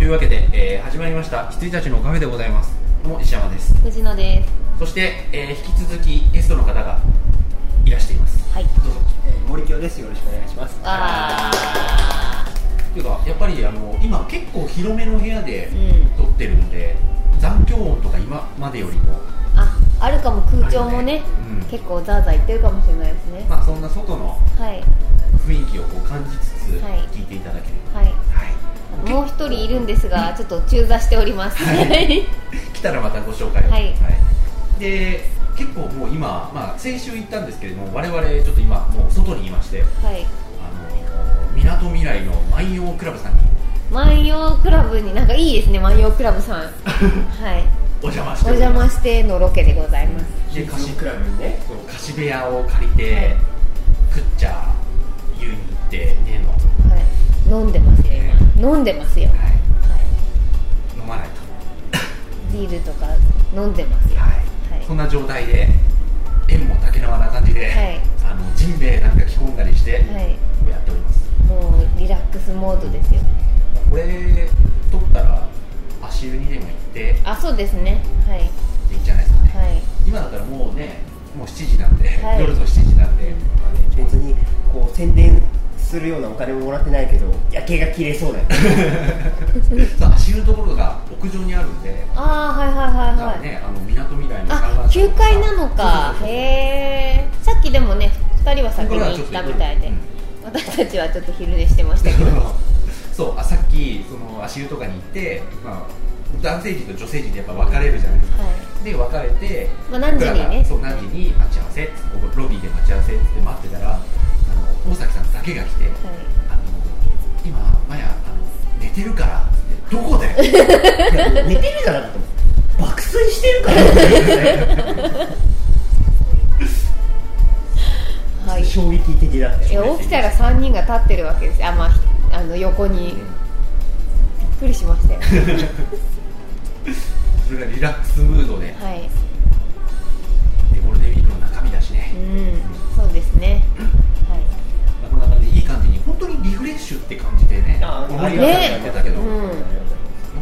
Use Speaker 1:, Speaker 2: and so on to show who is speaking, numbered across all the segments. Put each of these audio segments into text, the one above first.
Speaker 1: いうわけで、えー始まりました羊たちのカフェでございますどうも石山です
Speaker 2: 藤野です。
Speaker 1: そして、えー引き続きゲストの方がいらしています
Speaker 2: はい。
Speaker 1: どうぞ
Speaker 3: えー森京ですよろしくお願いします
Speaker 2: あ
Speaker 1: っていうかやっぱりあの今結構広めの部屋で
Speaker 2: うん
Speaker 1: 撮ってるんで、残響音とか今までよりも
Speaker 2: あ、あるかも空調もね、
Speaker 1: あるねうん
Speaker 2: 結構ザーザー言ってるかもしれないですね。
Speaker 1: まあそんな外の
Speaker 2: はい
Speaker 1: 雰囲気をこう感じつつ
Speaker 2: はい
Speaker 1: 聞いていただけれ
Speaker 2: は
Speaker 1: ばはい、
Speaker 2: い。もう一人いるんですが、ちょっと中座しております。
Speaker 1: は
Speaker 2: はいい。
Speaker 1: 来たらまたご紹介を、
Speaker 2: はい
Speaker 1: で結構もう今、まあ、先週行ったんですけれども我々ちょっと今もう外にいましてあのみなとみらいの万葉クラブさんに
Speaker 2: 万葉クラブになんかいいですね、万葉クラブさ ん。はい。
Speaker 1: お邪魔し
Speaker 2: お
Speaker 1: ており
Speaker 2: 邪
Speaker 1: ま
Speaker 2: 魔
Speaker 1: す
Speaker 2: してのロケでございます。
Speaker 1: で貸し
Speaker 3: クラブにね
Speaker 1: そう貸し部屋を借りて食っちゃ湯に行ってねの、は、
Speaker 2: はい。飲んでますよ、今。飲んでますよ。はい
Speaker 1: 飲まないと、
Speaker 2: い。ビールとか飲んでますよ。
Speaker 1: はい
Speaker 2: はい
Speaker 1: そんな状態で縁も竹縄な感じで、
Speaker 2: はい
Speaker 1: あのジンベエなんか着込んだりして、
Speaker 2: はい。
Speaker 1: やっております
Speaker 2: もうリラックスモードですよ。
Speaker 1: これ取ったら足湯にでも行って
Speaker 2: あ、そうですね。はい。
Speaker 1: いいんじゃないですかね、
Speaker 2: はい。
Speaker 1: 今だったらもうねもう7時なんで、
Speaker 2: はい
Speaker 1: 夜の7時なんで、
Speaker 2: うん
Speaker 3: 別にこう宣伝するようなお金ももらってないけど夜景が綺 麗そうだよね
Speaker 1: そう足湯のところが屋上にあるんで、
Speaker 2: ああはい
Speaker 1: だ
Speaker 2: は
Speaker 1: か
Speaker 2: いは
Speaker 1: ら
Speaker 2: いはい、
Speaker 1: ね、あの港未来の
Speaker 2: あ
Speaker 1: 観覧車と
Speaker 2: 9
Speaker 1: か
Speaker 2: 階なのか
Speaker 1: そうそうそうそう
Speaker 2: へえさっきでもね2人は先に行ったみたいで、
Speaker 1: うん
Speaker 2: 私たちはちょっと昼寝してましたけど
Speaker 1: そうあさっきその足湯とかに行って、まあ、男性陣と女性陣でやっぱ分かれるじゃないですか、
Speaker 2: は
Speaker 1: で別れて、
Speaker 2: まあ何時にね
Speaker 1: 僕らがそう何時に待ち合わせここロビーで待ち合わせって待ってたらあの大崎さんだけが来て、
Speaker 2: い、はい
Speaker 1: あの今マヤあの寝てるからっつってど こで
Speaker 3: いや寝てるじゃなかったもん爆睡してるからね
Speaker 2: はい
Speaker 3: 衝撃的だった
Speaker 2: い
Speaker 3: よ
Speaker 2: や起きたら3人が立ってるわけですよあまあひあの横にびっくりしま したよ
Speaker 1: それがリラックスムードで
Speaker 2: はい
Speaker 1: でゴールデンウィークの中身だし
Speaker 2: う
Speaker 1: ね、
Speaker 2: んそうですねは
Speaker 1: なかなかねいい感じに本当にリフレッシュって感じでね
Speaker 3: あ
Speaker 1: 盛り上
Speaker 3: り
Speaker 1: が
Speaker 3: が
Speaker 1: って
Speaker 3: とう
Speaker 1: やってたけど、
Speaker 2: ね
Speaker 1: よ
Speaker 2: う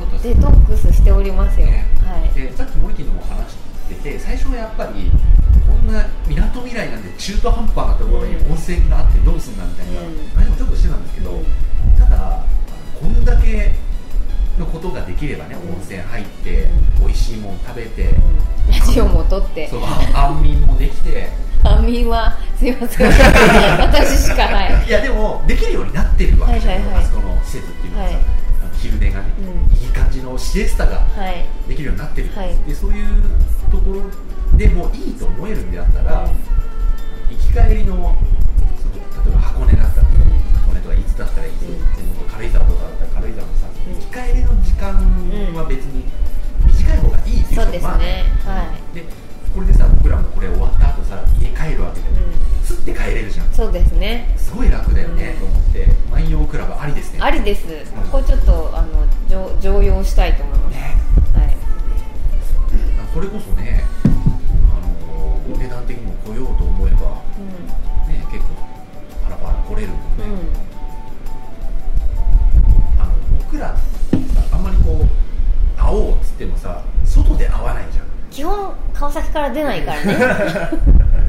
Speaker 1: か
Speaker 2: ん
Speaker 1: った
Speaker 2: いデ
Speaker 1: です
Speaker 2: トックスしておりますよ、
Speaker 1: ね
Speaker 2: はい
Speaker 1: でさっきモリキンのも話してて最初はやっぱりこんなみなとみらいなんで中途半端なところに
Speaker 2: うん
Speaker 1: 温泉があってどうすんだみたいな、
Speaker 2: うん
Speaker 1: あれもちょっとしてたんですけど、
Speaker 2: うん
Speaker 1: ただこんだけのことができればね
Speaker 2: うん
Speaker 1: 温泉入って、美味しいもん食べて、
Speaker 2: うんラジオも撮って
Speaker 1: そうあ安眠もできて
Speaker 2: 安眠はすいません私しかない
Speaker 1: いやでもできるようになってるわけじゃん、
Speaker 2: はいはいはい
Speaker 1: あそこの施設っていうのはさ、
Speaker 2: はい
Speaker 1: あの昼寝がね、
Speaker 2: う
Speaker 1: いい感じのシエスタが
Speaker 2: はい
Speaker 1: できるようになってる、
Speaker 2: はい
Speaker 1: でそういうところでもういいと思えるんであったら、行き帰りのその例えば箱根だったら、箱根とか伊豆だったら伊
Speaker 2: う
Speaker 1: 豆、
Speaker 2: ん
Speaker 1: 地元軽井沢とかだったら軽井沢の
Speaker 2: う
Speaker 1: さ、
Speaker 2: ん
Speaker 1: 行き帰りの時間は別に短い方がいいっていう
Speaker 2: そう
Speaker 1: 人
Speaker 2: ですね
Speaker 1: まあ
Speaker 2: は
Speaker 1: でこれでさ僕らもこれ終わった後さ家帰るわけで、
Speaker 2: う
Speaker 1: すって帰れるじゃん
Speaker 2: そうですね
Speaker 1: すごい楽だよね、
Speaker 2: うん
Speaker 1: と思って万葉クラブありですね
Speaker 2: ありですここちょっとあの常常用したいと思います、
Speaker 1: ね
Speaker 2: はい、
Speaker 1: それこそね、あのー値段的にも来ようと思えば、ね、結構パラパラ来れるもん
Speaker 2: うん、う
Speaker 1: ね、
Speaker 2: ん、
Speaker 1: あの僕らってさあんまりこう会おうっつってもさ外で会わないじゃん
Speaker 2: 基本川崎から出ないからね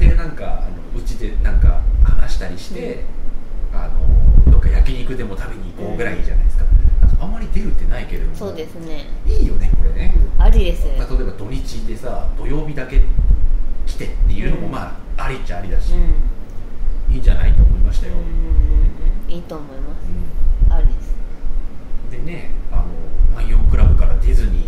Speaker 1: でなんかあのうちでなんか話したりして、あのどっか焼肉でも食べに行こうぐらいじゃないですか,、なんかあんまり出るってないけれども
Speaker 2: そうですね
Speaker 1: いいよねこれね、
Speaker 2: ありです
Speaker 1: まあ、例えば土日でさ土曜日だけ来てっていうのも
Speaker 2: うん
Speaker 1: まあ、ありっちゃありだし
Speaker 2: う、ん
Speaker 1: いいんじゃないと思いましたよ、
Speaker 2: うんいいと思いますありです
Speaker 1: でねあの万葉クラブからディズニー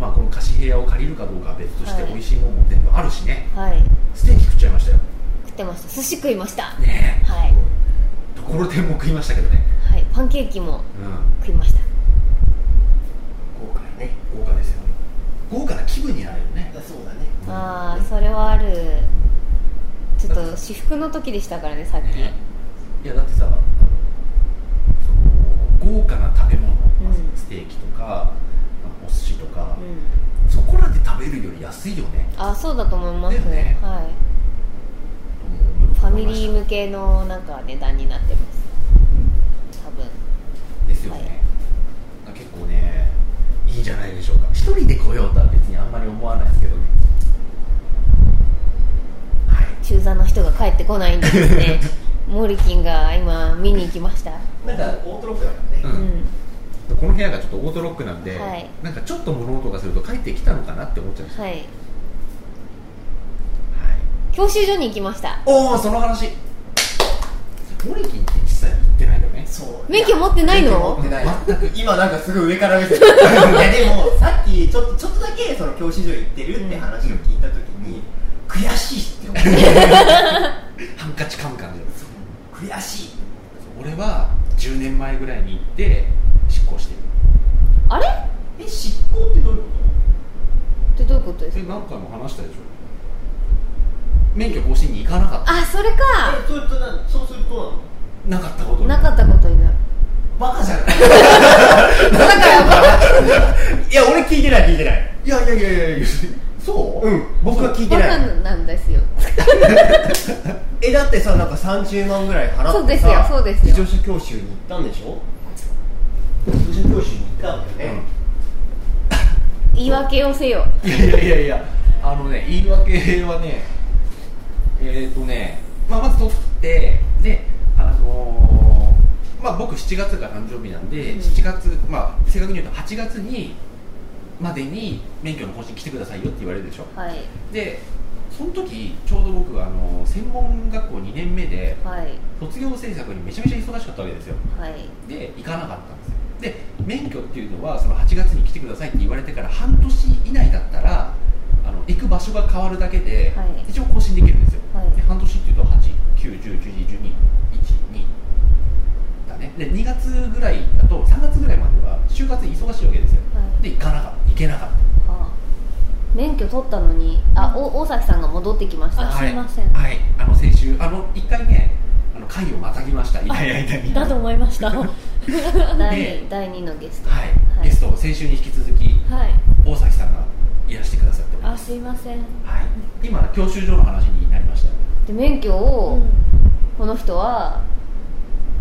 Speaker 1: まあこの貸し部屋を借りるかどうかは別として
Speaker 2: はい
Speaker 1: 美味しいもんも全部あるしね、
Speaker 2: はい
Speaker 1: ステーキ食っちゃいましたよ
Speaker 2: 食ってました寿司食いました
Speaker 1: ね
Speaker 2: はい、
Speaker 1: えところてんも食いましたけどね
Speaker 2: はい、パンケーキも
Speaker 1: うん
Speaker 2: 食いました
Speaker 3: 豪華だね
Speaker 1: 豪華ですよね豪華な気分になるよね
Speaker 3: そうだね
Speaker 2: ああそれはあるちょっと私服の時でしたからねさっき、
Speaker 1: ねいやだってさあのその豪華な食べ物、
Speaker 2: うん
Speaker 1: ステーキとかまあお寿司とか、
Speaker 2: うん
Speaker 1: そこらで食べるより安いよね
Speaker 2: あそうだと思います
Speaker 1: だよね
Speaker 2: はいファミリー
Speaker 1: 向
Speaker 2: 向けのなんか値段になってます多分
Speaker 1: ですよね、
Speaker 2: はい
Speaker 1: 結構ね来ようとは別にあんまり思わないですけどねはい
Speaker 2: 中座の人が帰ってこないんです ねモリキンが今見に行きました
Speaker 3: なんかオートロックだからね、
Speaker 1: うん
Speaker 2: うん
Speaker 1: この部屋がちょっとオートロックなんで、
Speaker 2: はい
Speaker 1: なんかちょっと物音がすると帰ってきたのかなって思っちゃうんですよ、
Speaker 2: はい
Speaker 1: はい
Speaker 2: 教習所に行きました
Speaker 1: おおその話モリキンって実際行ってないよね
Speaker 3: そう
Speaker 2: 免許持ってないの
Speaker 3: 免許持ってない今なんかすぐ上から目線いやでもさっきちょっとちょっとだけその教師所行ってるって話を聞いた時に、悔しいって 思って
Speaker 1: ハンカチカンカンで
Speaker 3: 悔しい
Speaker 1: 俺は10年前ぐらいに行って執行してる
Speaker 2: あれっ
Speaker 3: え執行ってどういうこ
Speaker 2: てどういうことですか
Speaker 1: え何回も話したでしょ免許更新に行かなかっ
Speaker 2: あそれか
Speaker 3: とえそれとなそうするとどうなの
Speaker 1: たなかったことに
Speaker 2: なかったことになる
Speaker 3: バ カじゃない
Speaker 2: だから
Speaker 3: いや俺聞いてない聞いてない
Speaker 1: いやいやいやいやいやそう
Speaker 3: うん僕は聞いて
Speaker 2: バ
Speaker 3: ない
Speaker 2: カなんですよ
Speaker 3: えだってさなんか30万ぐらい払ってさ
Speaker 2: そうですよそうですよ
Speaker 3: 自動車教習に行ったんでしょ自動車教習に行ったんだよね、
Speaker 2: 言い訳をせよ
Speaker 1: いやいやいやいやあのね言い訳はねえっ、ー、とね、まあ、まず取ってであのーまあ僕7月が誕生日なんで、
Speaker 2: うん
Speaker 1: 7月まあ正確に言うと8月にまでに免許の更新来てくださいよって言われるでしょ
Speaker 2: はい
Speaker 1: でその時ちょうど僕はあの専門学校2年目で
Speaker 2: はい
Speaker 1: 卒業制作にめちゃめちゃ忙しかったわけですよ
Speaker 2: はい
Speaker 1: で行かなかったんですよで免許っていうのはその8月に来てくださいって言われてから半年以内だったらあの行く場所が変わるだけで、
Speaker 2: はい
Speaker 1: 一応更新できるんですよ、
Speaker 2: はい
Speaker 1: で半年っていうと891011121だねで2月ぐらいだと3月ぐらいまでは就活忙しいわけですよ
Speaker 2: はい
Speaker 1: で行かなかった行けなかっ
Speaker 2: あ免許取ったのにあお大崎さんが戻ってきましたた
Speaker 1: はい
Speaker 2: すいません
Speaker 1: はいあの先週あの1回ねあの会をまたぎましたいやいやいやいや
Speaker 2: だと思いま した第
Speaker 1: ね
Speaker 2: 第2のゲスト
Speaker 1: はい、
Speaker 2: はい
Speaker 1: ゲストを先週に引き続き
Speaker 2: はい
Speaker 1: 大崎さんがいらしてくださっております
Speaker 2: あすいません
Speaker 1: はい、今教習所の話になりましたよね
Speaker 2: で免許を、この人は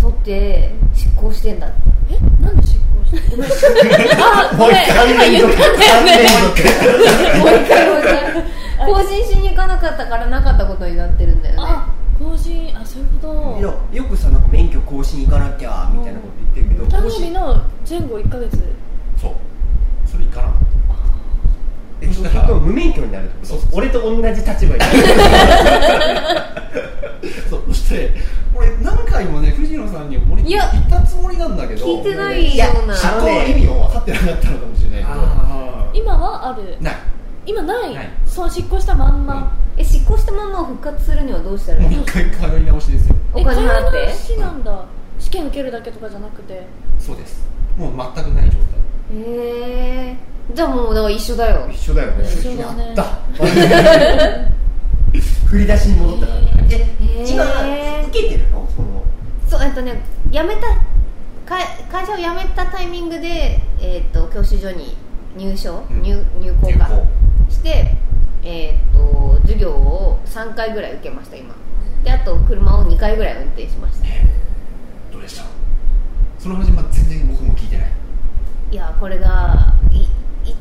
Speaker 2: 取って執行して んだって
Speaker 4: えなんで執行してる
Speaker 2: あ
Speaker 3: もう3年
Speaker 2: 言っ
Speaker 3: 続
Speaker 2: たんだよね
Speaker 3: 3年続
Speaker 2: もう一回もう一回更新しに行かなかったからなかったことになってるんだよね
Speaker 4: あ更新あそういうこ
Speaker 3: い
Speaker 4: と
Speaker 3: やよくさなんか免許更新行かなきゃみたいなこと言ってるけど
Speaker 4: 誕
Speaker 3: 更
Speaker 4: 生日
Speaker 3: 新
Speaker 4: の前後1ヶ月
Speaker 1: そうそれ行かなかっ
Speaker 3: えそうすると無免許になるってこと
Speaker 1: そうそう
Speaker 3: 俺と同じ立場になる
Speaker 1: た そうそして俺何回もね藤野さんに森
Speaker 2: いや
Speaker 1: 行ったつもりなんだけど
Speaker 2: 聞いてないような
Speaker 1: 執行の意味を分かってなかったのかもしれないけど
Speaker 3: あ
Speaker 4: 今はある
Speaker 1: ない
Speaker 4: 今ない
Speaker 1: ない
Speaker 4: そう執行したまんま、
Speaker 2: え執行したまんまを復活するにはどうしたらいい
Speaker 1: もう
Speaker 2: の
Speaker 1: 一回通い直しですよ
Speaker 2: お金払っ
Speaker 4: え
Speaker 2: て
Speaker 4: 金の話なんだ、試験受けるだけとかじゃなくて
Speaker 1: そうですもう全くない状
Speaker 2: へえじゃあもうだから一緒だよ
Speaker 3: 一緒だよね
Speaker 4: 一緒だね
Speaker 3: やった振り出しに戻ったからねえ
Speaker 2: へー
Speaker 3: 今受けてるのその
Speaker 2: そうえっとね辞めた会会社を辞めたタイミングで、えっと教習所に入所、
Speaker 1: うん
Speaker 2: 入入校
Speaker 1: 態
Speaker 2: かして、えっと授業を3回ぐらい受けました今であと車を2回ぐらい運転しました
Speaker 1: ねどうでしたその話、まあ、全然僕も聞いてない
Speaker 2: いやこれがいい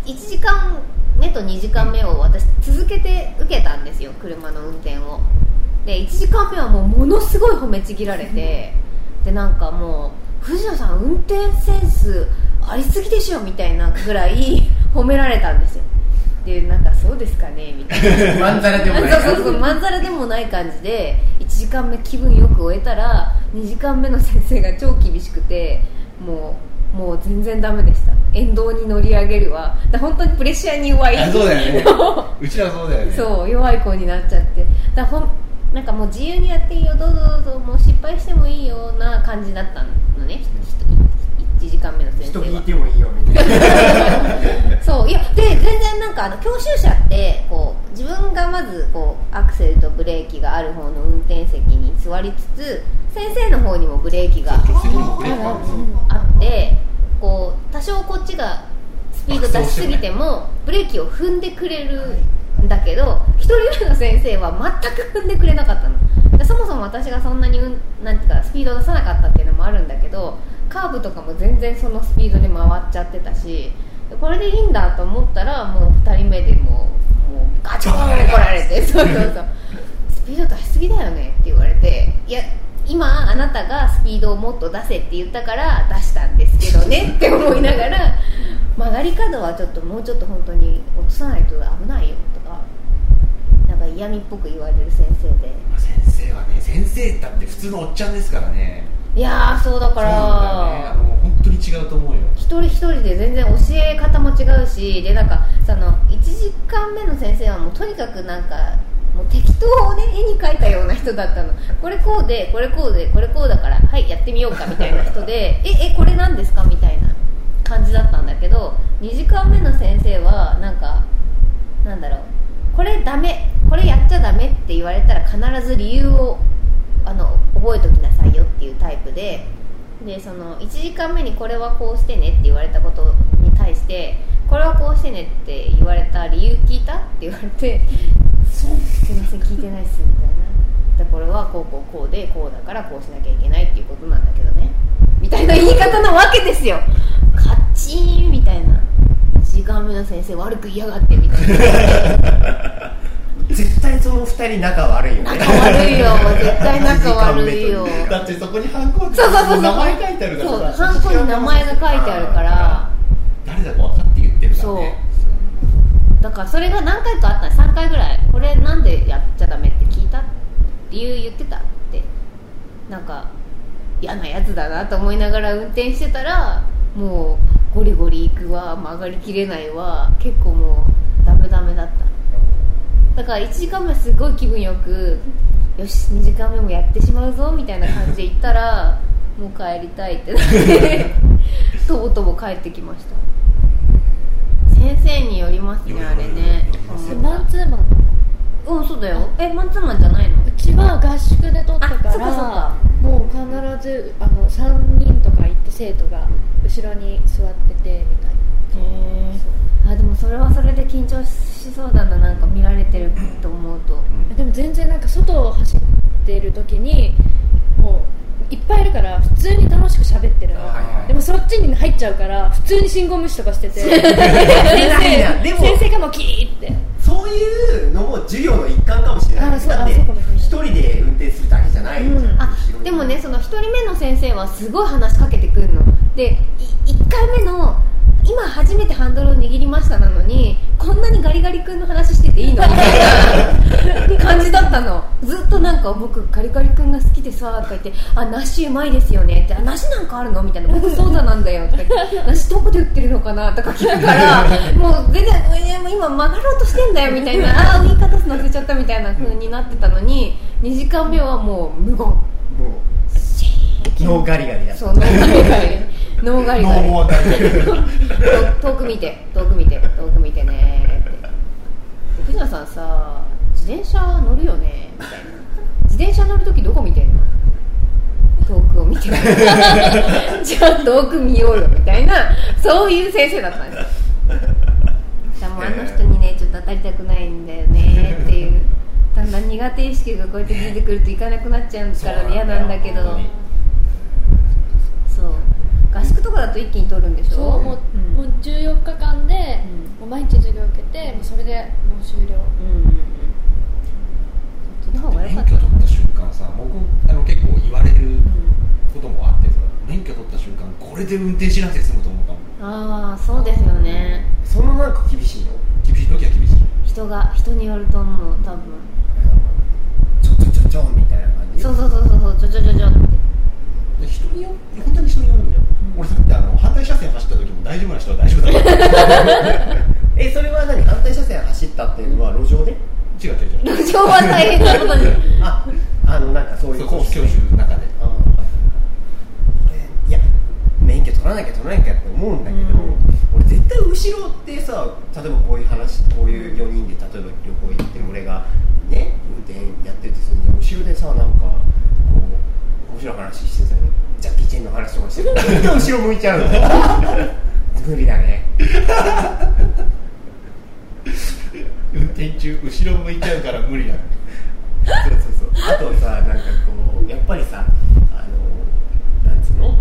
Speaker 2: 1時間目と2時間目を私続けて受けたんですよ車の運転をで1時間目はもうものすごい褒めちぎられてでなんかもう藤野さん運転センスありすぎでしょみたいなぐらい褒められたんですよでなんかそうですかねみたいな
Speaker 3: まんざらでもない
Speaker 2: そうそうそうまんざらでもない感じで1時間目気分よく終えたら2時間目の先生が超厳しくてもうもう全然ダメでした沿道に乗り上げるわだから本当にプレッシャーに弱い
Speaker 1: あそうだ よねうちらそうだよね
Speaker 2: そう弱い子になっちゃってだほんなんかもう自由にやっていいよどうぞどうぞもう失敗してもいいような感じだったのね1時間目の先生
Speaker 3: 人
Speaker 2: は
Speaker 3: 聞いてもいいよみたいな
Speaker 2: そういやで全然なんかあの教習車ってこう自分がまずこうアクセルとブレーキがある方の運転席に座りつつ先生の方にもブレーキが
Speaker 1: 助手席にもブレーキがあるんですよ
Speaker 2: あってこう多少こっちがスピード出しすぎてもブレーキを踏んでくれるんだけど一人目の先生は全く踏んでくれなかったのでそもそも私がそんなにうんなんていうかスピードを出さなかったっていうのもあるんだけどカーブとかも全然そのスピードで回っちゃってたしこれでいいんだと思ったらもう2人目でもうもうガチコーン怒られてそうそうそうスピード出しすぎだよねって言われていや今あなたがスピードをもっと出せって言ったから出したんですけどねって思いながら曲がり角はちょっともうちょっと本当に落とさないと危ないよとかなんか嫌味っぽく言われる先生で
Speaker 1: まあ先生はね先生だって普通のおっちゃんですからね
Speaker 2: いやーそうだから
Speaker 1: そうなんだよねあの本当に違うと思うよ
Speaker 2: 一人一人で全然教え方も違うしでなんかその1時間目の先生はもうとにかくなんかもう適当をね絵に描いたような人だったのこれこうでこれこうでこれこうだからはいやってみようかみたいな人で ええこれなんですかみたいな感じだったんだけど2時間目の先生はなんかなんだろうこれダメこれやっちゃダメって言われたら必ず理由をあの覚えときなさいよっていうタイプででその1時間目にこれはこうしてねって言われたことに対してこれはこうしてねって言われた理由聞いたって言われてすいません聞いてないっすみたいなでこれはこうこうこうでこうだからこうしなきゃいけないっていうことなんだけどねみたいな言い方なわけですよカッチーンみたいな1時間目の先生悪く言いやがってみたいな
Speaker 3: 絶対その二人仲悪いよね
Speaker 2: 仲悪いよ絶対仲悪いよ
Speaker 1: だってそこにハンコ
Speaker 2: そうそうそうそう
Speaker 1: って名前書いてあるから
Speaker 2: そう
Speaker 1: さ
Speaker 2: ハンコに名前が書いてあるから
Speaker 1: 誰だか分かって言ってるからね
Speaker 2: だからそれが何回かあった3回ぐらいこれなんでやっちゃダメって聞いた理由言ってたってなんか嫌なやつだなと思いながら運転してたらもうゴリゴリ行くわ曲がりきれないわ結構もうダメダメだっただから1時間目すごい気分よくよし2時間目もやってしまうぞみたいな感じで行ったらもう帰りたいってなってとぼとぼ帰ってきました先生によりますねあれね
Speaker 1: よります
Speaker 4: え
Speaker 1: よ
Speaker 4: マンツーマン
Speaker 2: うんそうだよえマンツーマンじゃないの
Speaker 4: うちは合宿で取ったから
Speaker 2: あそっかそっか
Speaker 4: もう必ずあの3人とか行って生徒が後ろに座っててみたいな
Speaker 2: へ
Speaker 4: そう
Speaker 2: あでもそれはそれで緊張しそうだななんか見られてると思うと
Speaker 4: でも全然なんか外を走ってる時にもういっぱいいるから普通に楽しく喋ってるの、
Speaker 1: はいはい
Speaker 4: でもそっちに入っちゃうから普通に信号無視とかしてて先
Speaker 3: いや
Speaker 4: 生
Speaker 3: でも
Speaker 4: 先生がもうキーって
Speaker 3: そういうのも授業の一環かもしれない
Speaker 4: あそう
Speaker 3: だって
Speaker 4: あそうかもしれない
Speaker 3: 一人で運転するだけじゃないじゃん
Speaker 4: うん
Speaker 2: あ
Speaker 3: 後ろに
Speaker 2: でもねその1人目の先生はすごい話しかけてくるので1回目の今初めてハンドルを握りましたなのにこんなにガリガリ君の話してていいのみたいな感じだったのずっとなんか僕ガリガリ君が好きでさとか言ってあ梨うまいですよねってあ梨なんかあるのみたいな僕ソーダなんだよとか言って梨どこで売ってるのかなとか聞く からもう全然えー今曲がろうとしてんだよみたいなああ言い方すの忘れちゃったみたいな風になってたのに2時間目はもう無言
Speaker 3: もうノーガリガリだ
Speaker 2: そう、ノーガリガリ。ノーガリガリ
Speaker 1: ノーガリ
Speaker 2: 遠遠く見て、遠く見て、遠く見てねーって。奥島さんさ、自転車乗るよねみたいな。自転車乗るときどこ見てんの遠くを見てる。じゃあ遠く見ようよみたいな、そういう先生だったんですよ。じゃあもうあの人にね、ちょっと当たりたくないんだよねーっていう。だんだん苦手意識がこうやって出てくると行かなくなっちゃうからね嫌なんだけど。
Speaker 1: そうなんだよ
Speaker 2: そう合宿とかだと一気に取るんでしょ
Speaker 4: そうもう,、
Speaker 2: うん
Speaker 4: もう14日間で、
Speaker 2: うん
Speaker 4: もう毎日授業受けてもうそれでもう終了
Speaker 2: うんうんうんそっちの方が良
Speaker 1: 免
Speaker 2: か
Speaker 1: 許
Speaker 2: った
Speaker 1: 取
Speaker 2: かな
Speaker 1: った瞬間さ僕あの結構言われることもあってさ免許取った瞬間これで運転しなくて済むと思ったも
Speaker 2: う
Speaker 1: ん
Speaker 2: んああそうですよね
Speaker 3: そのなんか厳しいの
Speaker 1: 厳しい時は厳しい
Speaker 2: 人が人によると思う多分
Speaker 3: ちょちょちょちょみたいな感じ
Speaker 2: そうそうそうそうそうちょちょちょちょって
Speaker 1: で人によ本当に人によるんだよ、
Speaker 2: うん
Speaker 1: 俺だってあの反対車線走った時も大丈夫な人は大丈夫だから
Speaker 3: えそれは何反対車線走ったっていうのは路上で
Speaker 1: 違う違う違う
Speaker 2: 路上は大変なことに
Speaker 3: ああのなんかそうい
Speaker 1: そ
Speaker 3: う
Speaker 1: う教習の中で
Speaker 3: あー俺いや免許取らなきゃ取らなきゃって思うんだけど、
Speaker 2: うん
Speaker 3: 俺絶対後ろってさ例えばこういう話こういう4人で例えば旅行行って俺がね運転やっててその後ろでさなんかこう面白い話してたのジャッキー・チェンの話とかしてた絶対後ろ向いちゃうの 無理だね
Speaker 1: 運転中後ろ向いちゃうから無理だ
Speaker 3: そうそうそうあとさなんかこうやっぱりさあのなんつうの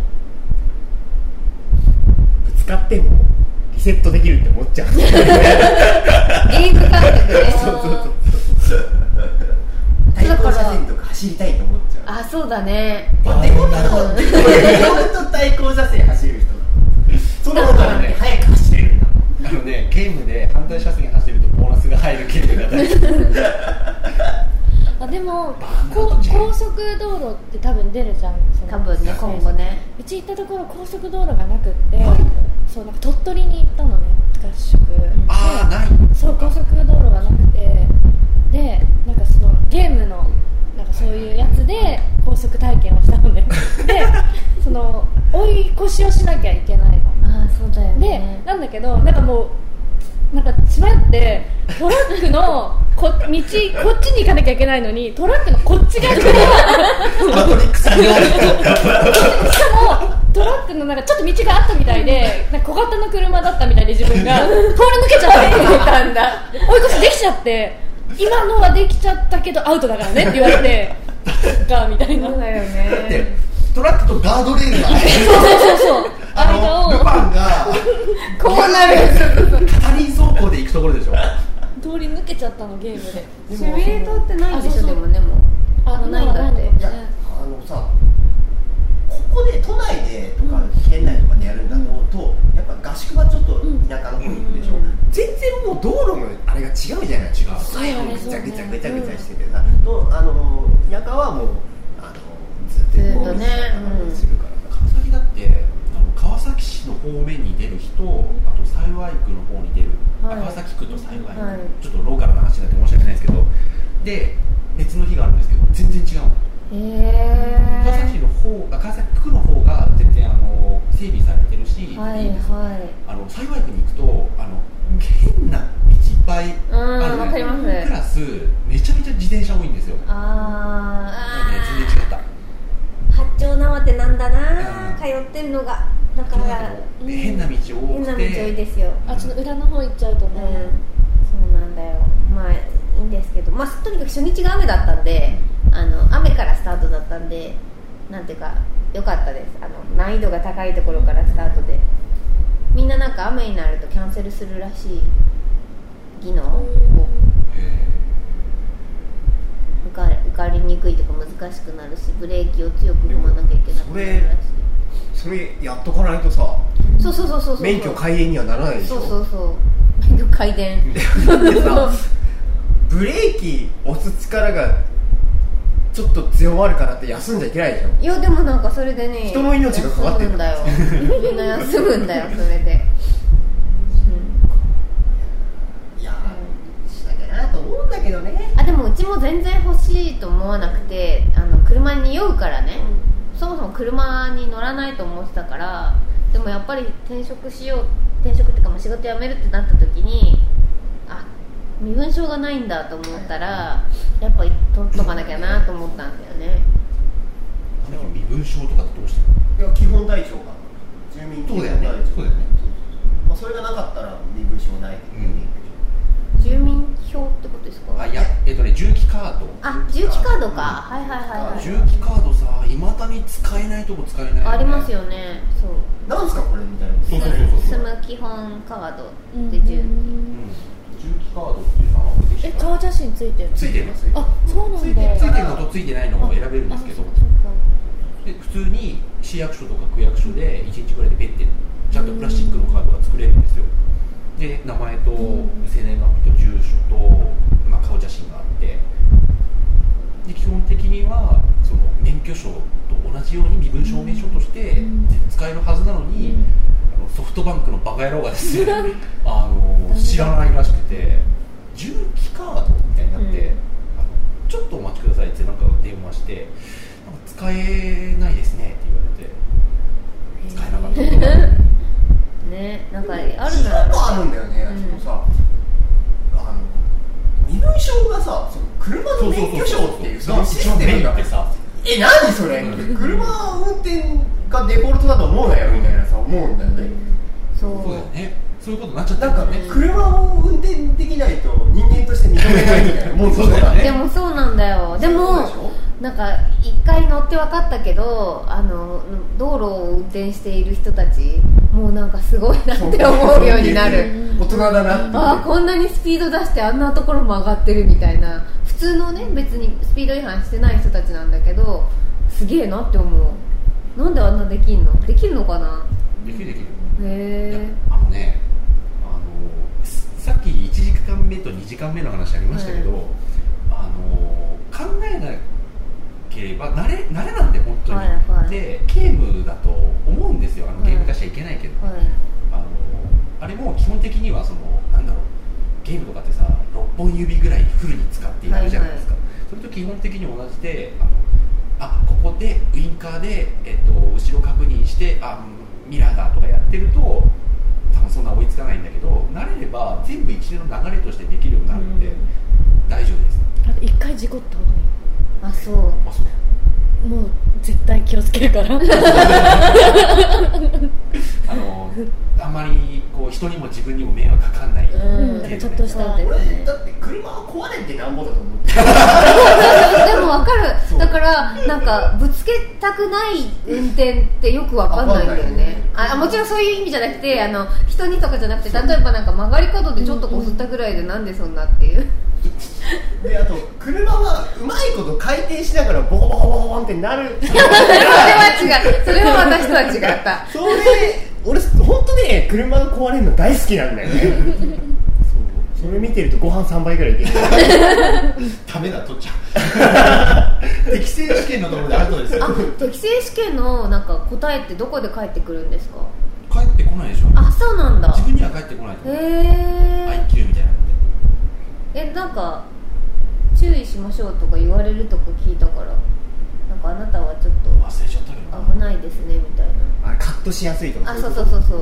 Speaker 3: ぶつかってもリセットできるって思っちゃう
Speaker 2: ゲーム感覚ね
Speaker 3: そうそうそうそう対向車線とか走りたいと思っちゃう
Speaker 2: あそうだね
Speaker 3: あでも 本当対向車線走る人だその方がね早く走れるんだ
Speaker 1: あのねゲームで反対車線走るとボーナスが入るゲームが大好き
Speaker 4: あでも
Speaker 1: ー
Speaker 4: こ
Speaker 1: なんか違う
Speaker 4: 高速道路って多分出るじゃんその
Speaker 2: 多分ね今後ね
Speaker 4: うち行ったところ高速道路がなくってそうなんか鳥取に行ったのね合宿
Speaker 1: ああない
Speaker 4: そう高速道路がなくてでなんかそのゲームのなんかそういうやつで高速体験をしたのねでその追い越しをしなきゃいけないの
Speaker 2: ああそうだよ
Speaker 4: でなんだけどなんかもうなんか詰まってトラックのこ道こっちに行かなきゃいけないのにトラックのこっち側から
Speaker 3: マトリックスによ
Speaker 4: しかもトラックのなんかちょっと道があったみたいでなんか小型の車だったみたいで自分が通り抜けちゃって
Speaker 2: たんだ
Speaker 4: 追い越しできちゃって今のはできちゃったけどアウトだからねって言われてがみたいな
Speaker 2: そ
Speaker 4: そうう
Speaker 2: だよ
Speaker 1: だって
Speaker 2: ね
Speaker 1: トラックとガードレールが
Speaker 4: そうそう間
Speaker 1: あのル
Speaker 4: を
Speaker 1: パンが
Speaker 2: こうなる
Speaker 1: 他人走行で行くところでしょ
Speaker 4: 通り抜けちゃったのゲームで
Speaker 2: シミュレーターってないんでし
Speaker 4: あそう
Speaker 2: ょ
Speaker 4: そう
Speaker 2: でもねもう
Speaker 4: あ
Speaker 2: ないんだって
Speaker 3: いやあのさここで都内でとか県内とかでやるんだと、やっぱ合宿はちょっと田舎の方に行くでしょ、全然もう道路のあれが違うじゃない違う
Speaker 4: そうだね
Speaker 3: ぐちゃぐちゃぐちゃぐちゃしててさ、とあの田舎はもうあのずっとこう
Speaker 2: ずっとねうん
Speaker 3: するからさ
Speaker 1: 川崎だってあの川崎市の方面に出る人あと幸区の方に出る、あ
Speaker 2: はい
Speaker 1: 川崎区と幸区、
Speaker 2: はい
Speaker 1: ちょっとローカルな話になって申し訳ないですけどで別の日があるんですけど全然違うの
Speaker 2: へ
Speaker 1: 川崎市
Speaker 2: え
Speaker 1: の方あ川崎区の方が全然あの整備されてるし、
Speaker 2: はい
Speaker 1: です
Speaker 2: はい
Speaker 1: あの幸区に行くとあの変な道いっぱい
Speaker 2: うん
Speaker 1: ある
Speaker 2: わかります
Speaker 1: プラスめちゃめちゃ自転車多いんですよ
Speaker 2: あー
Speaker 1: ね
Speaker 2: あ
Speaker 1: 全然違った
Speaker 2: ー八丁縄ってなんだ
Speaker 1: うん
Speaker 2: な通ってるのがだか
Speaker 1: なん
Speaker 2: ら
Speaker 1: かこ
Speaker 2: う
Speaker 1: うん変な道多
Speaker 2: 変
Speaker 1: く
Speaker 2: な道多い
Speaker 1: て
Speaker 2: ですよ
Speaker 4: あちょっと裏の方行っちゃうと
Speaker 2: うん
Speaker 4: ね、
Speaker 2: そうなんだよまあいいんですけどまあとにかく初日が雨だったんであの雨からスタートだったんでなんていうか良かったですあの難易度が高いところからスタートでみんななんか雨になるとキャンセルするらしい技能を受か受かりにくいとか難しくなるしブレーキを強く踏まなきゃいけなくなるらしい
Speaker 3: それやっとかないとさ
Speaker 2: そうそうそうそうそう
Speaker 3: 免許改縁にはならないでし
Speaker 2: そ
Speaker 3: ょ
Speaker 2: うそうそう免許改伝
Speaker 3: でさブレーキ押す力がちょっと強まるからって休んじゃいけないでしょ
Speaker 2: いやでもなんかそれでね
Speaker 3: 人の命がかかって
Speaker 2: 休むん
Speaker 3: る
Speaker 2: だよみんな休むんだ よそれで、
Speaker 3: いやーしなきゃなと思うんだけどね
Speaker 2: うん、あでもうちも全然欲しいと思わなくてあの車に酔うからねそもそも車に乗らないと思ってたからでもやっぱり転職しよう転職っていうかまあ仕事辞めるってなった時にあ身分証がないんだと思ったらやっぱ取っとかなきゃなと思ったんだよね
Speaker 1: あの身分証とかってどうしてるの
Speaker 3: いや基本台帳が住民基本台
Speaker 1: そ
Speaker 3: 帳
Speaker 1: うだよね
Speaker 3: まあ、それがなかったら身分証ないけど、
Speaker 1: うん
Speaker 2: 住民票ってことですか
Speaker 1: あいやえっとね重機カード
Speaker 2: あ重機カードかはいはいはいはい
Speaker 1: 重機カードさいまだに使えないとこ使えないよね、
Speaker 2: ありますよねそう
Speaker 3: なんすかこれみたいな
Speaker 1: そうそうそう
Speaker 2: 住
Speaker 1: そう、
Speaker 2: む基本カー
Speaker 4: う
Speaker 2: ド
Speaker 4: ん
Speaker 2: で住
Speaker 1: うん、重機カードっていうのは出てきた
Speaker 4: え顔写真ついてる
Speaker 1: ついてます
Speaker 3: ついてる
Speaker 4: あそうな
Speaker 1: つ
Speaker 4: ん
Speaker 1: いて
Speaker 4: だ
Speaker 1: ついてるのとついてないのを選べるんですけど
Speaker 4: あそうか
Speaker 1: で普通に市役所とか区役所で1日ぐらいでペッてちゃんとプラスチックのカードが作れるんですよで名前と生年月日と住所と、まあ、顔写真があってで基本的にはその免許証と同じように身分証明書として使えるはずなのに、あのソフトバンクのバカ野郎がですねあの知らないらしくて重機カードみたいになって、
Speaker 2: うん
Speaker 1: あのちょっとお待ちくださいってなんか電話してなんか使えないですねって言われて使えなかった
Speaker 2: ねなんかあ
Speaker 3: あ
Speaker 2: るな
Speaker 3: ちょっとあ
Speaker 2: ら
Speaker 3: るんだよね、
Speaker 2: うん
Speaker 3: そのさあの身分証がさその車の免許証っていう
Speaker 1: そうそうそう
Speaker 3: さシステム
Speaker 1: 一
Speaker 3: が
Speaker 1: 番メインってさ
Speaker 3: え何それ、
Speaker 1: う
Speaker 3: 車は運転がデフォルトだと思うなよみたいなさ思うんだよね、
Speaker 2: そ
Speaker 1: そうだよ
Speaker 2: う
Speaker 1: ねそういうことになっちゃった
Speaker 3: なんかね、
Speaker 1: ね
Speaker 3: 車を運転できないと人間として認めないみたいなもん
Speaker 1: そうだよね
Speaker 2: でもそうなんだよで
Speaker 3: そうでし
Speaker 2: も
Speaker 3: ょ
Speaker 2: なんか一回乗って分かったけどあの道路を運転している人たちもうなんかすごいなって思うようになる
Speaker 3: 大人だなって
Speaker 2: ああこんなにスピード出してあんなところも上がってるみたいな普通のね別にスピード違反してない人たちなんだけどすげえなって思うなんであんなできんのできるのかな
Speaker 1: できるできるいや
Speaker 2: へ
Speaker 1: あのねあのすさっき1時間目と2時間目の話ありましたけど、
Speaker 2: う
Speaker 1: あの考えなければ慣れ慣れなんで本当に、
Speaker 2: はいはい
Speaker 1: でゲームだと思うんですよあのゲーム化しちゃいけないけど、
Speaker 2: えはい
Speaker 1: あのあれも基本的にはそのなんだろうゲームとかってさ6本指ぐらいフルに使ってやるじゃないですか、それと基本的に同じであのあここでウインカーで、えっと、後ろ確認してあうんミラーだとかやってると多分そんな追いつかないんだけど慣れれば全部一連の流れとしてできるようになるんで、
Speaker 2: うん
Speaker 1: 大丈夫 です
Speaker 4: あと一回事故った方が
Speaker 2: あそう
Speaker 1: あそう
Speaker 4: いいもう絶対気をつけるから
Speaker 1: あのあんまりこう人にも自分にも迷惑かかんない、
Speaker 2: うん
Speaker 4: なんかちょっとした
Speaker 2: そうですね
Speaker 3: 俺だって車は壊れてなんぼだと思ってる
Speaker 2: でもわか
Speaker 3: そう
Speaker 2: るだからなんかぶつけたくない運転ってよくわかんないんだよ
Speaker 3: わかんないよ
Speaker 2: ね
Speaker 3: ね
Speaker 2: あもちろんそういう意味じゃなくてあの人にとかじゃなくて例えばなんか曲がり角でちょっとこすったぐらいでなんでそんなって いう
Speaker 3: であと車はうまいこと回転しながらボコボコボコボコってなる
Speaker 2: それは違うそれは私とは違った
Speaker 3: それ俺本当ね車が壊れるの大好きなんだよねそうそれ見てるとご飯3杯ぐらいいける
Speaker 1: ダメだ取っちゃう 適正試験のところで後です
Speaker 2: あ適正試験のなんか答えってどこで返ってくるんですか
Speaker 1: 帰ってこないでしょ
Speaker 2: あそうなんだ
Speaker 1: 自分には帰ってこないと
Speaker 2: へ
Speaker 1: 思う
Speaker 2: え
Speaker 1: IQ みたいなので
Speaker 2: えなんか注意しましょうとか言われるとか聞いたからなんかあなたはちょっと
Speaker 1: 忘れちゃったけどな
Speaker 2: 危ないですねみたいな
Speaker 3: あカットしやすいとか
Speaker 2: あそうそうそうそう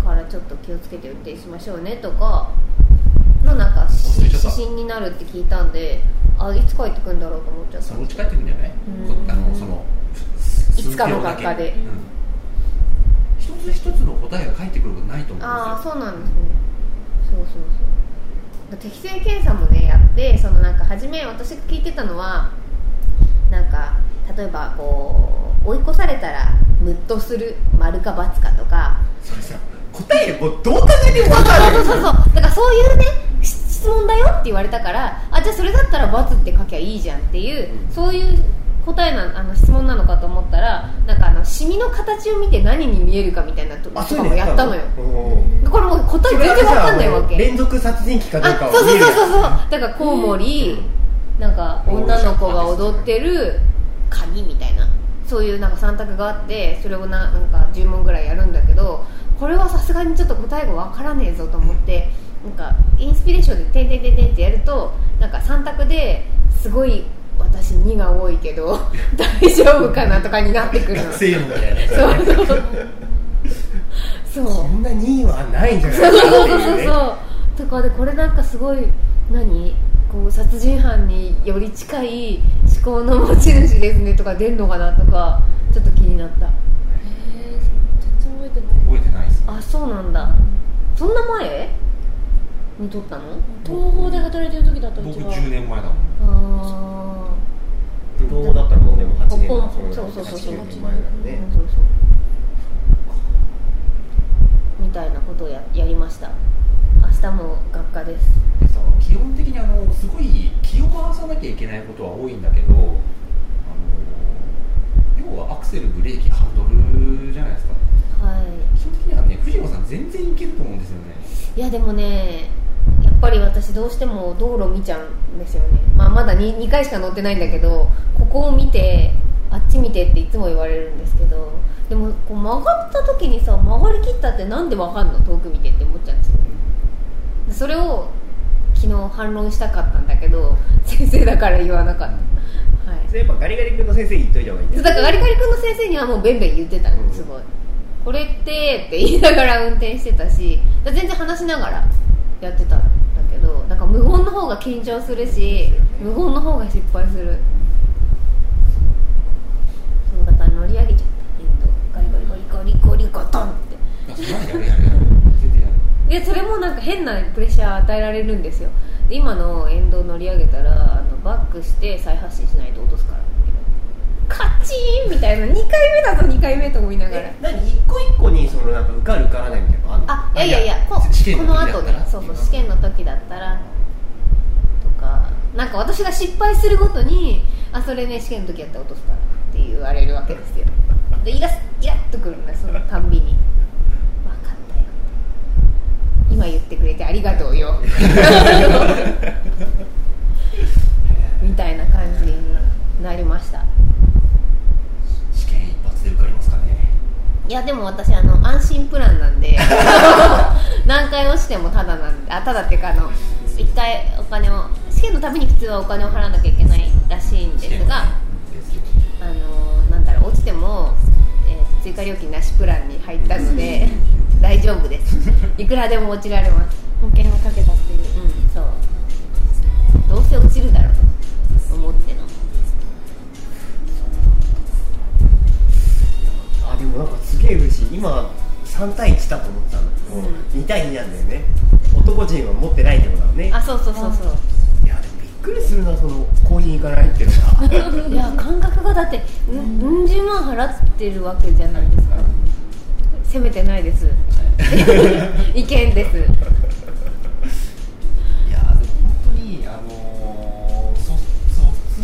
Speaker 3: う
Speaker 2: からちょっと気をつけて運転しましょうねとかのなんかし
Speaker 1: 忘れちゃった
Speaker 2: 指針になるって聞いたんであいつ帰ってくんだろうと思っちゃっ
Speaker 1: そ
Speaker 2: た
Speaker 1: のうち帰ってくんじゃない
Speaker 2: うん
Speaker 1: こあのその
Speaker 2: いつかの学科で
Speaker 1: 数秒だけうん一つ一つの答えが返ってくることないと思
Speaker 2: ああ
Speaker 1: う
Speaker 2: そうなんですねそうそうそう適正検査もねやってそのなんか初め私が聞いてたのはなんか例えばこう追い越されたらムッとする丸か×かとか
Speaker 3: それさ答えもうどう考えても分かる
Speaker 2: そうそうそうだからそういうねし質問だよって言われたからあじゃあそれだったら×って書きゃいいじゃんっていうそういう答えなあの質問なのかと思ったらなんかあのシミの形を見て何に見えるかみたいなととかもやったのよ
Speaker 3: うん
Speaker 2: これもう答え全然わかんないわけ
Speaker 3: 連続殺人鬼かどうか
Speaker 2: あ
Speaker 3: を
Speaker 2: そうそう
Speaker 3: 見る
Speaker 2: そうそうそうだからコウモリなんか女の子が踊ってるカニみたいなそういうなんか3択があってそれをななんか10問ぐらいやるんだけどこれはさすがにちょっと答えがわからねえぞと思ってなんかインスピレーションで「てんてんてんてん」ってやるとなんか3択ですごい私2が多いけど 大丈夫かなとかになってくるの
Speaker 3: 学生よみたいな
Speaker 2: そうそうそう
Speaker 3: こんな2位はないんじゃないかなって
Speaker 2: そうそう
Speaker 3: い
Speaker 2: そうう
Speaker 3: ね
Speaker 2: そうとかでこれなんかすごい何こう殺人犯により近い思考の持ち主ですねとか出んのかなとかちょっと気になった
Speaker 4: え全然覚えてない
Speaker 1: んですよ覚えてないです
Speaker 2: あそうなんだそんな前に撮ったの
Speaker 4: 東宝で働いてる時だったう
Speaker 1: 僕
Speaker 4: ちは
Speaker 1: 10年前だもん
Speaker 2: あ
Speaker 3: どうだったらもうでも8年
Speaker 2: ここそうそうそうそう
Speaker 3: 8年前
Speaker 2: あ、
Speaker 3: だね
Speaker 2: そうそうみたいなことをややりました明日も学科です
Speaker 1: でさ基本的にあのすごい気を回さなきゃいけないことは多いんだけどあの要はアクセルブレーキハンドルじゃないですか
Speaker 2: はい
Speaker 1: 基本的にはね藤野さん全然いけると思うんですよね
Speaker 2: いやでもねやっぱり私どうしても道路見ちゃうんですよね、まあ、まだ 2, 2回しか乗ってないんだけどここを見てあっち見てっていつも言われるんですけどでもこう曲がった時にさ曲がりきったってなんでわかんの遠く見てって思っちゃうんですよでそれを昨日反論したかったんだけど先生だから言わなかった、はい
Speaker 3: そ、れやっぱガリガリ君の先生言っといた方がいいんだ
Speaker 2: そう
Speaker 3: よ
Speaker 2: だからガリガリ君の先生にはもうベンベン言ってたのすごい、これってって言いながら運転してたしだから全然話しながらやってたんだけどなんか無言の方が緊張するし無言の方が失敗するそうだから乗り上げちゃったエンドガリガリガリガリガリガトンって
Speaker 1: いやそんなのやるやるやる全然やる
Speaker 2: でそれもなんか変なプレッシャー与えられるんですよで今の沿道乗り上げたらあのバックして再発進しないと落とすからカチーンみたいな2回目だぞ2回目と思いながら
Speaker 3: え何一個一個にそのなんか受かる受からないみたいなのあんの
Speaker 2: あいやいやいやここ
Speaker 1: 試験の
Speaker 2: の
Speaker 1: 時
Speaker 2: 後
Speaker 1: だったら
Speaker 2: でそうそう試験の時だったらとかなんか私が失敗するごとにあそれね試験の時やったら落とすからって言われるわけですよでイラスイラッとくるんだそのたんびに「分かったよ」今言ってくれてありがとう よみたいな感じになりました
Speaker 1: 試験一発で受かりますかね
Speaker 2: いやでも私あの安心プランなんで 何回落ちてもただなんであただっていうかあの一回お金を試験のために普通はお金を払わなきゃいけないらしいんで
Speaker 1: 試験
Speaker 2: す
Speaker 1: はね
Speaker 2: が、
Speaker 1: ですよ
Speaker 2: あのなんだろう落ちても、えー追加料金なしプランに入ったので 大丈夫ですいくらでも落ちられます
Speaker 4: 保険をかけたっていう
Speaker 2: うんそうどうせ落ちるだろうと思っての
Speaker 3: あでもなんかすげえ嬉しい今3対1だと思ってたんだけど、
Speaker 2: うん
Speaker 3: 2対2なんだよね男陣は持ってないってことだよね
Speaker 2: あそうそうそうそう
Speaker 3: いやでもびっくりするなそのコーヒー行かないっていうのは
Speaker 2: いや感覚がだってうんうん十万払ってるわけじゃないですか責めてないです意見です
Speaker 1: いやーでも本当にあのー、卒卒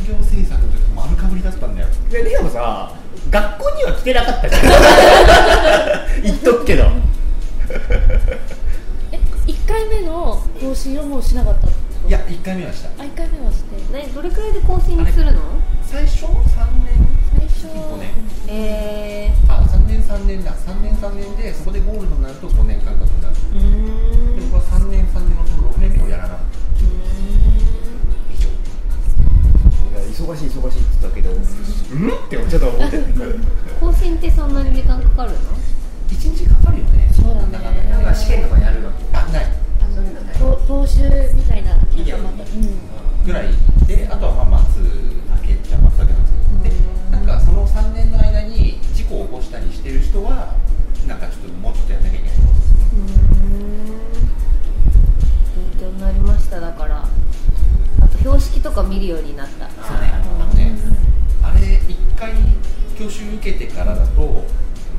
Speaker 1: 業制作の時丸かぶりだったんだよ
Speaker 3: ででもさ学校には来てなかったじ ゃん言っとくけど
Speaker 4: え一1回目の更新をもうしなかったってこと
Speaker 1: いや1回目はした
Speaker 4: あ1回目はして
Speaker 2: ねどれくらいで更新するの
Speaker 1: 最初3年
Speaker 4: 最初
Speaker 1: 5年
Speaker 2: え
Speaker 1: あ3年3年だ3年3年でそこでゴールドになると5年間隔になる
Speaker 2: ーうーん
Speaker 1: で僕は3年3年のと6年目をやらなかった以上
Speaker 3: いや忙しい忙しいって言ったけどうんってちょっと思ってた
Speaker 2: 更新ってそんなに時間かかるの
Speaker 1: 1日かかるよね
Speaker 4: そうだね
Speaker 1: なかなか
Speaker 3: 今試験とかやるわけ
Speaker 1: あない
Speaker 3: そういうのない
Speaker 4: と報酬みたいななんか
Speaker 3: いいよ
Speaker 4: またうん
Speaker 1: ぐらいであとはまあ待つだけじゃ待つだけなんですけどでなんかその3年の間に事故を起こしたりしてる人はなんかちょっともうちょっとやんなきゃいけないとか
Speaker 2: うーん勉強になりましただからあと標識とか見るようになった
Speaker 1: そうねあのねあれ一回教習受けてからだと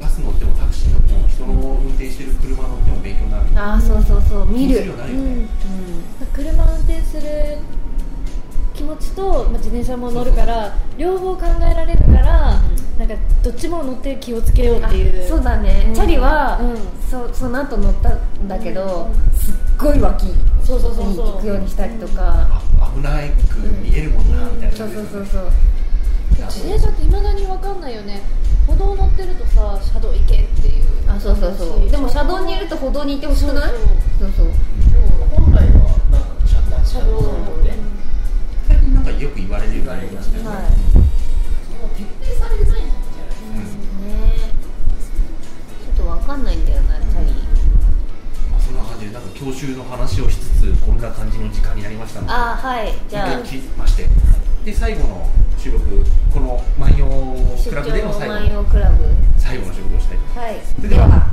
Speaker 1: バス乗ってもタクシー乗っても人の運転してる車乗っても勉強になる
Speaker 2: ああそうそうそう見
Speaker 1: そうす
Speaker 2: る
Speaker 1: るようにな
Speaker 4: う
Speaker 1: るよ
Speaker 4: ん
Speaker 1: ね、
Speaker 2: う
Speaker 4: 車運転する気持ちと、まあ、自転車も乗るから両方考えられるから、なんかどっちも乗って気をつけようってい
Speaker 2: ん
Speaker 4: う
Speaker 2: あそうだね、
Speaker 4: うん
Speaker 2: チャリは、
Speaker 4: うん
Speaker 2: そその後乗ったんだけど、
Speaker 4: うん
Speaker 2: すっごい脇に
Speaker 4: そうそうそうそう
Speaker 2: 行くようにしたりとか、
Speaker 1: あ危ないく見えるもんなみたいな
Speaker 2: そうそうそう
Speaker 1: 自
Speaker 2: そう
Speaker 4: 自転車っていまだに分かんないよね歩道乗ってるとさ車道行けっていう
Speaker 2: あそうそうそうでも車道にいると歩道にいてほしくない
Speaker 4: そう
Speaker 2: そうそう
Speaker 3: 本来はなんかシャッター
Speaker 4: 車道
Speaker 3: って
Speaker 1: 最近なんかよく言われるようになりましたよね、
Speaker 2: はい
Speaker 3: 徹底されてないんじゃな
Speaker 1: うん
Speaker 3: い
Speaker 2: ねちょっとわかんないんだよなチャリ
Speaker 1: まあ、そんな感じでなんか教習の話をしつつこんな感じの時間になりましたので
Speaker 2: ああはいじゃあ
Speaker 1: 一回切りましてで最後の収録この万葉クラブでの最後
Speaker 2: 万葉クラブ
Speaker 1: 最後の収録をしたいと思い
Speaker 2: はい
Speaker 1: ますそれでは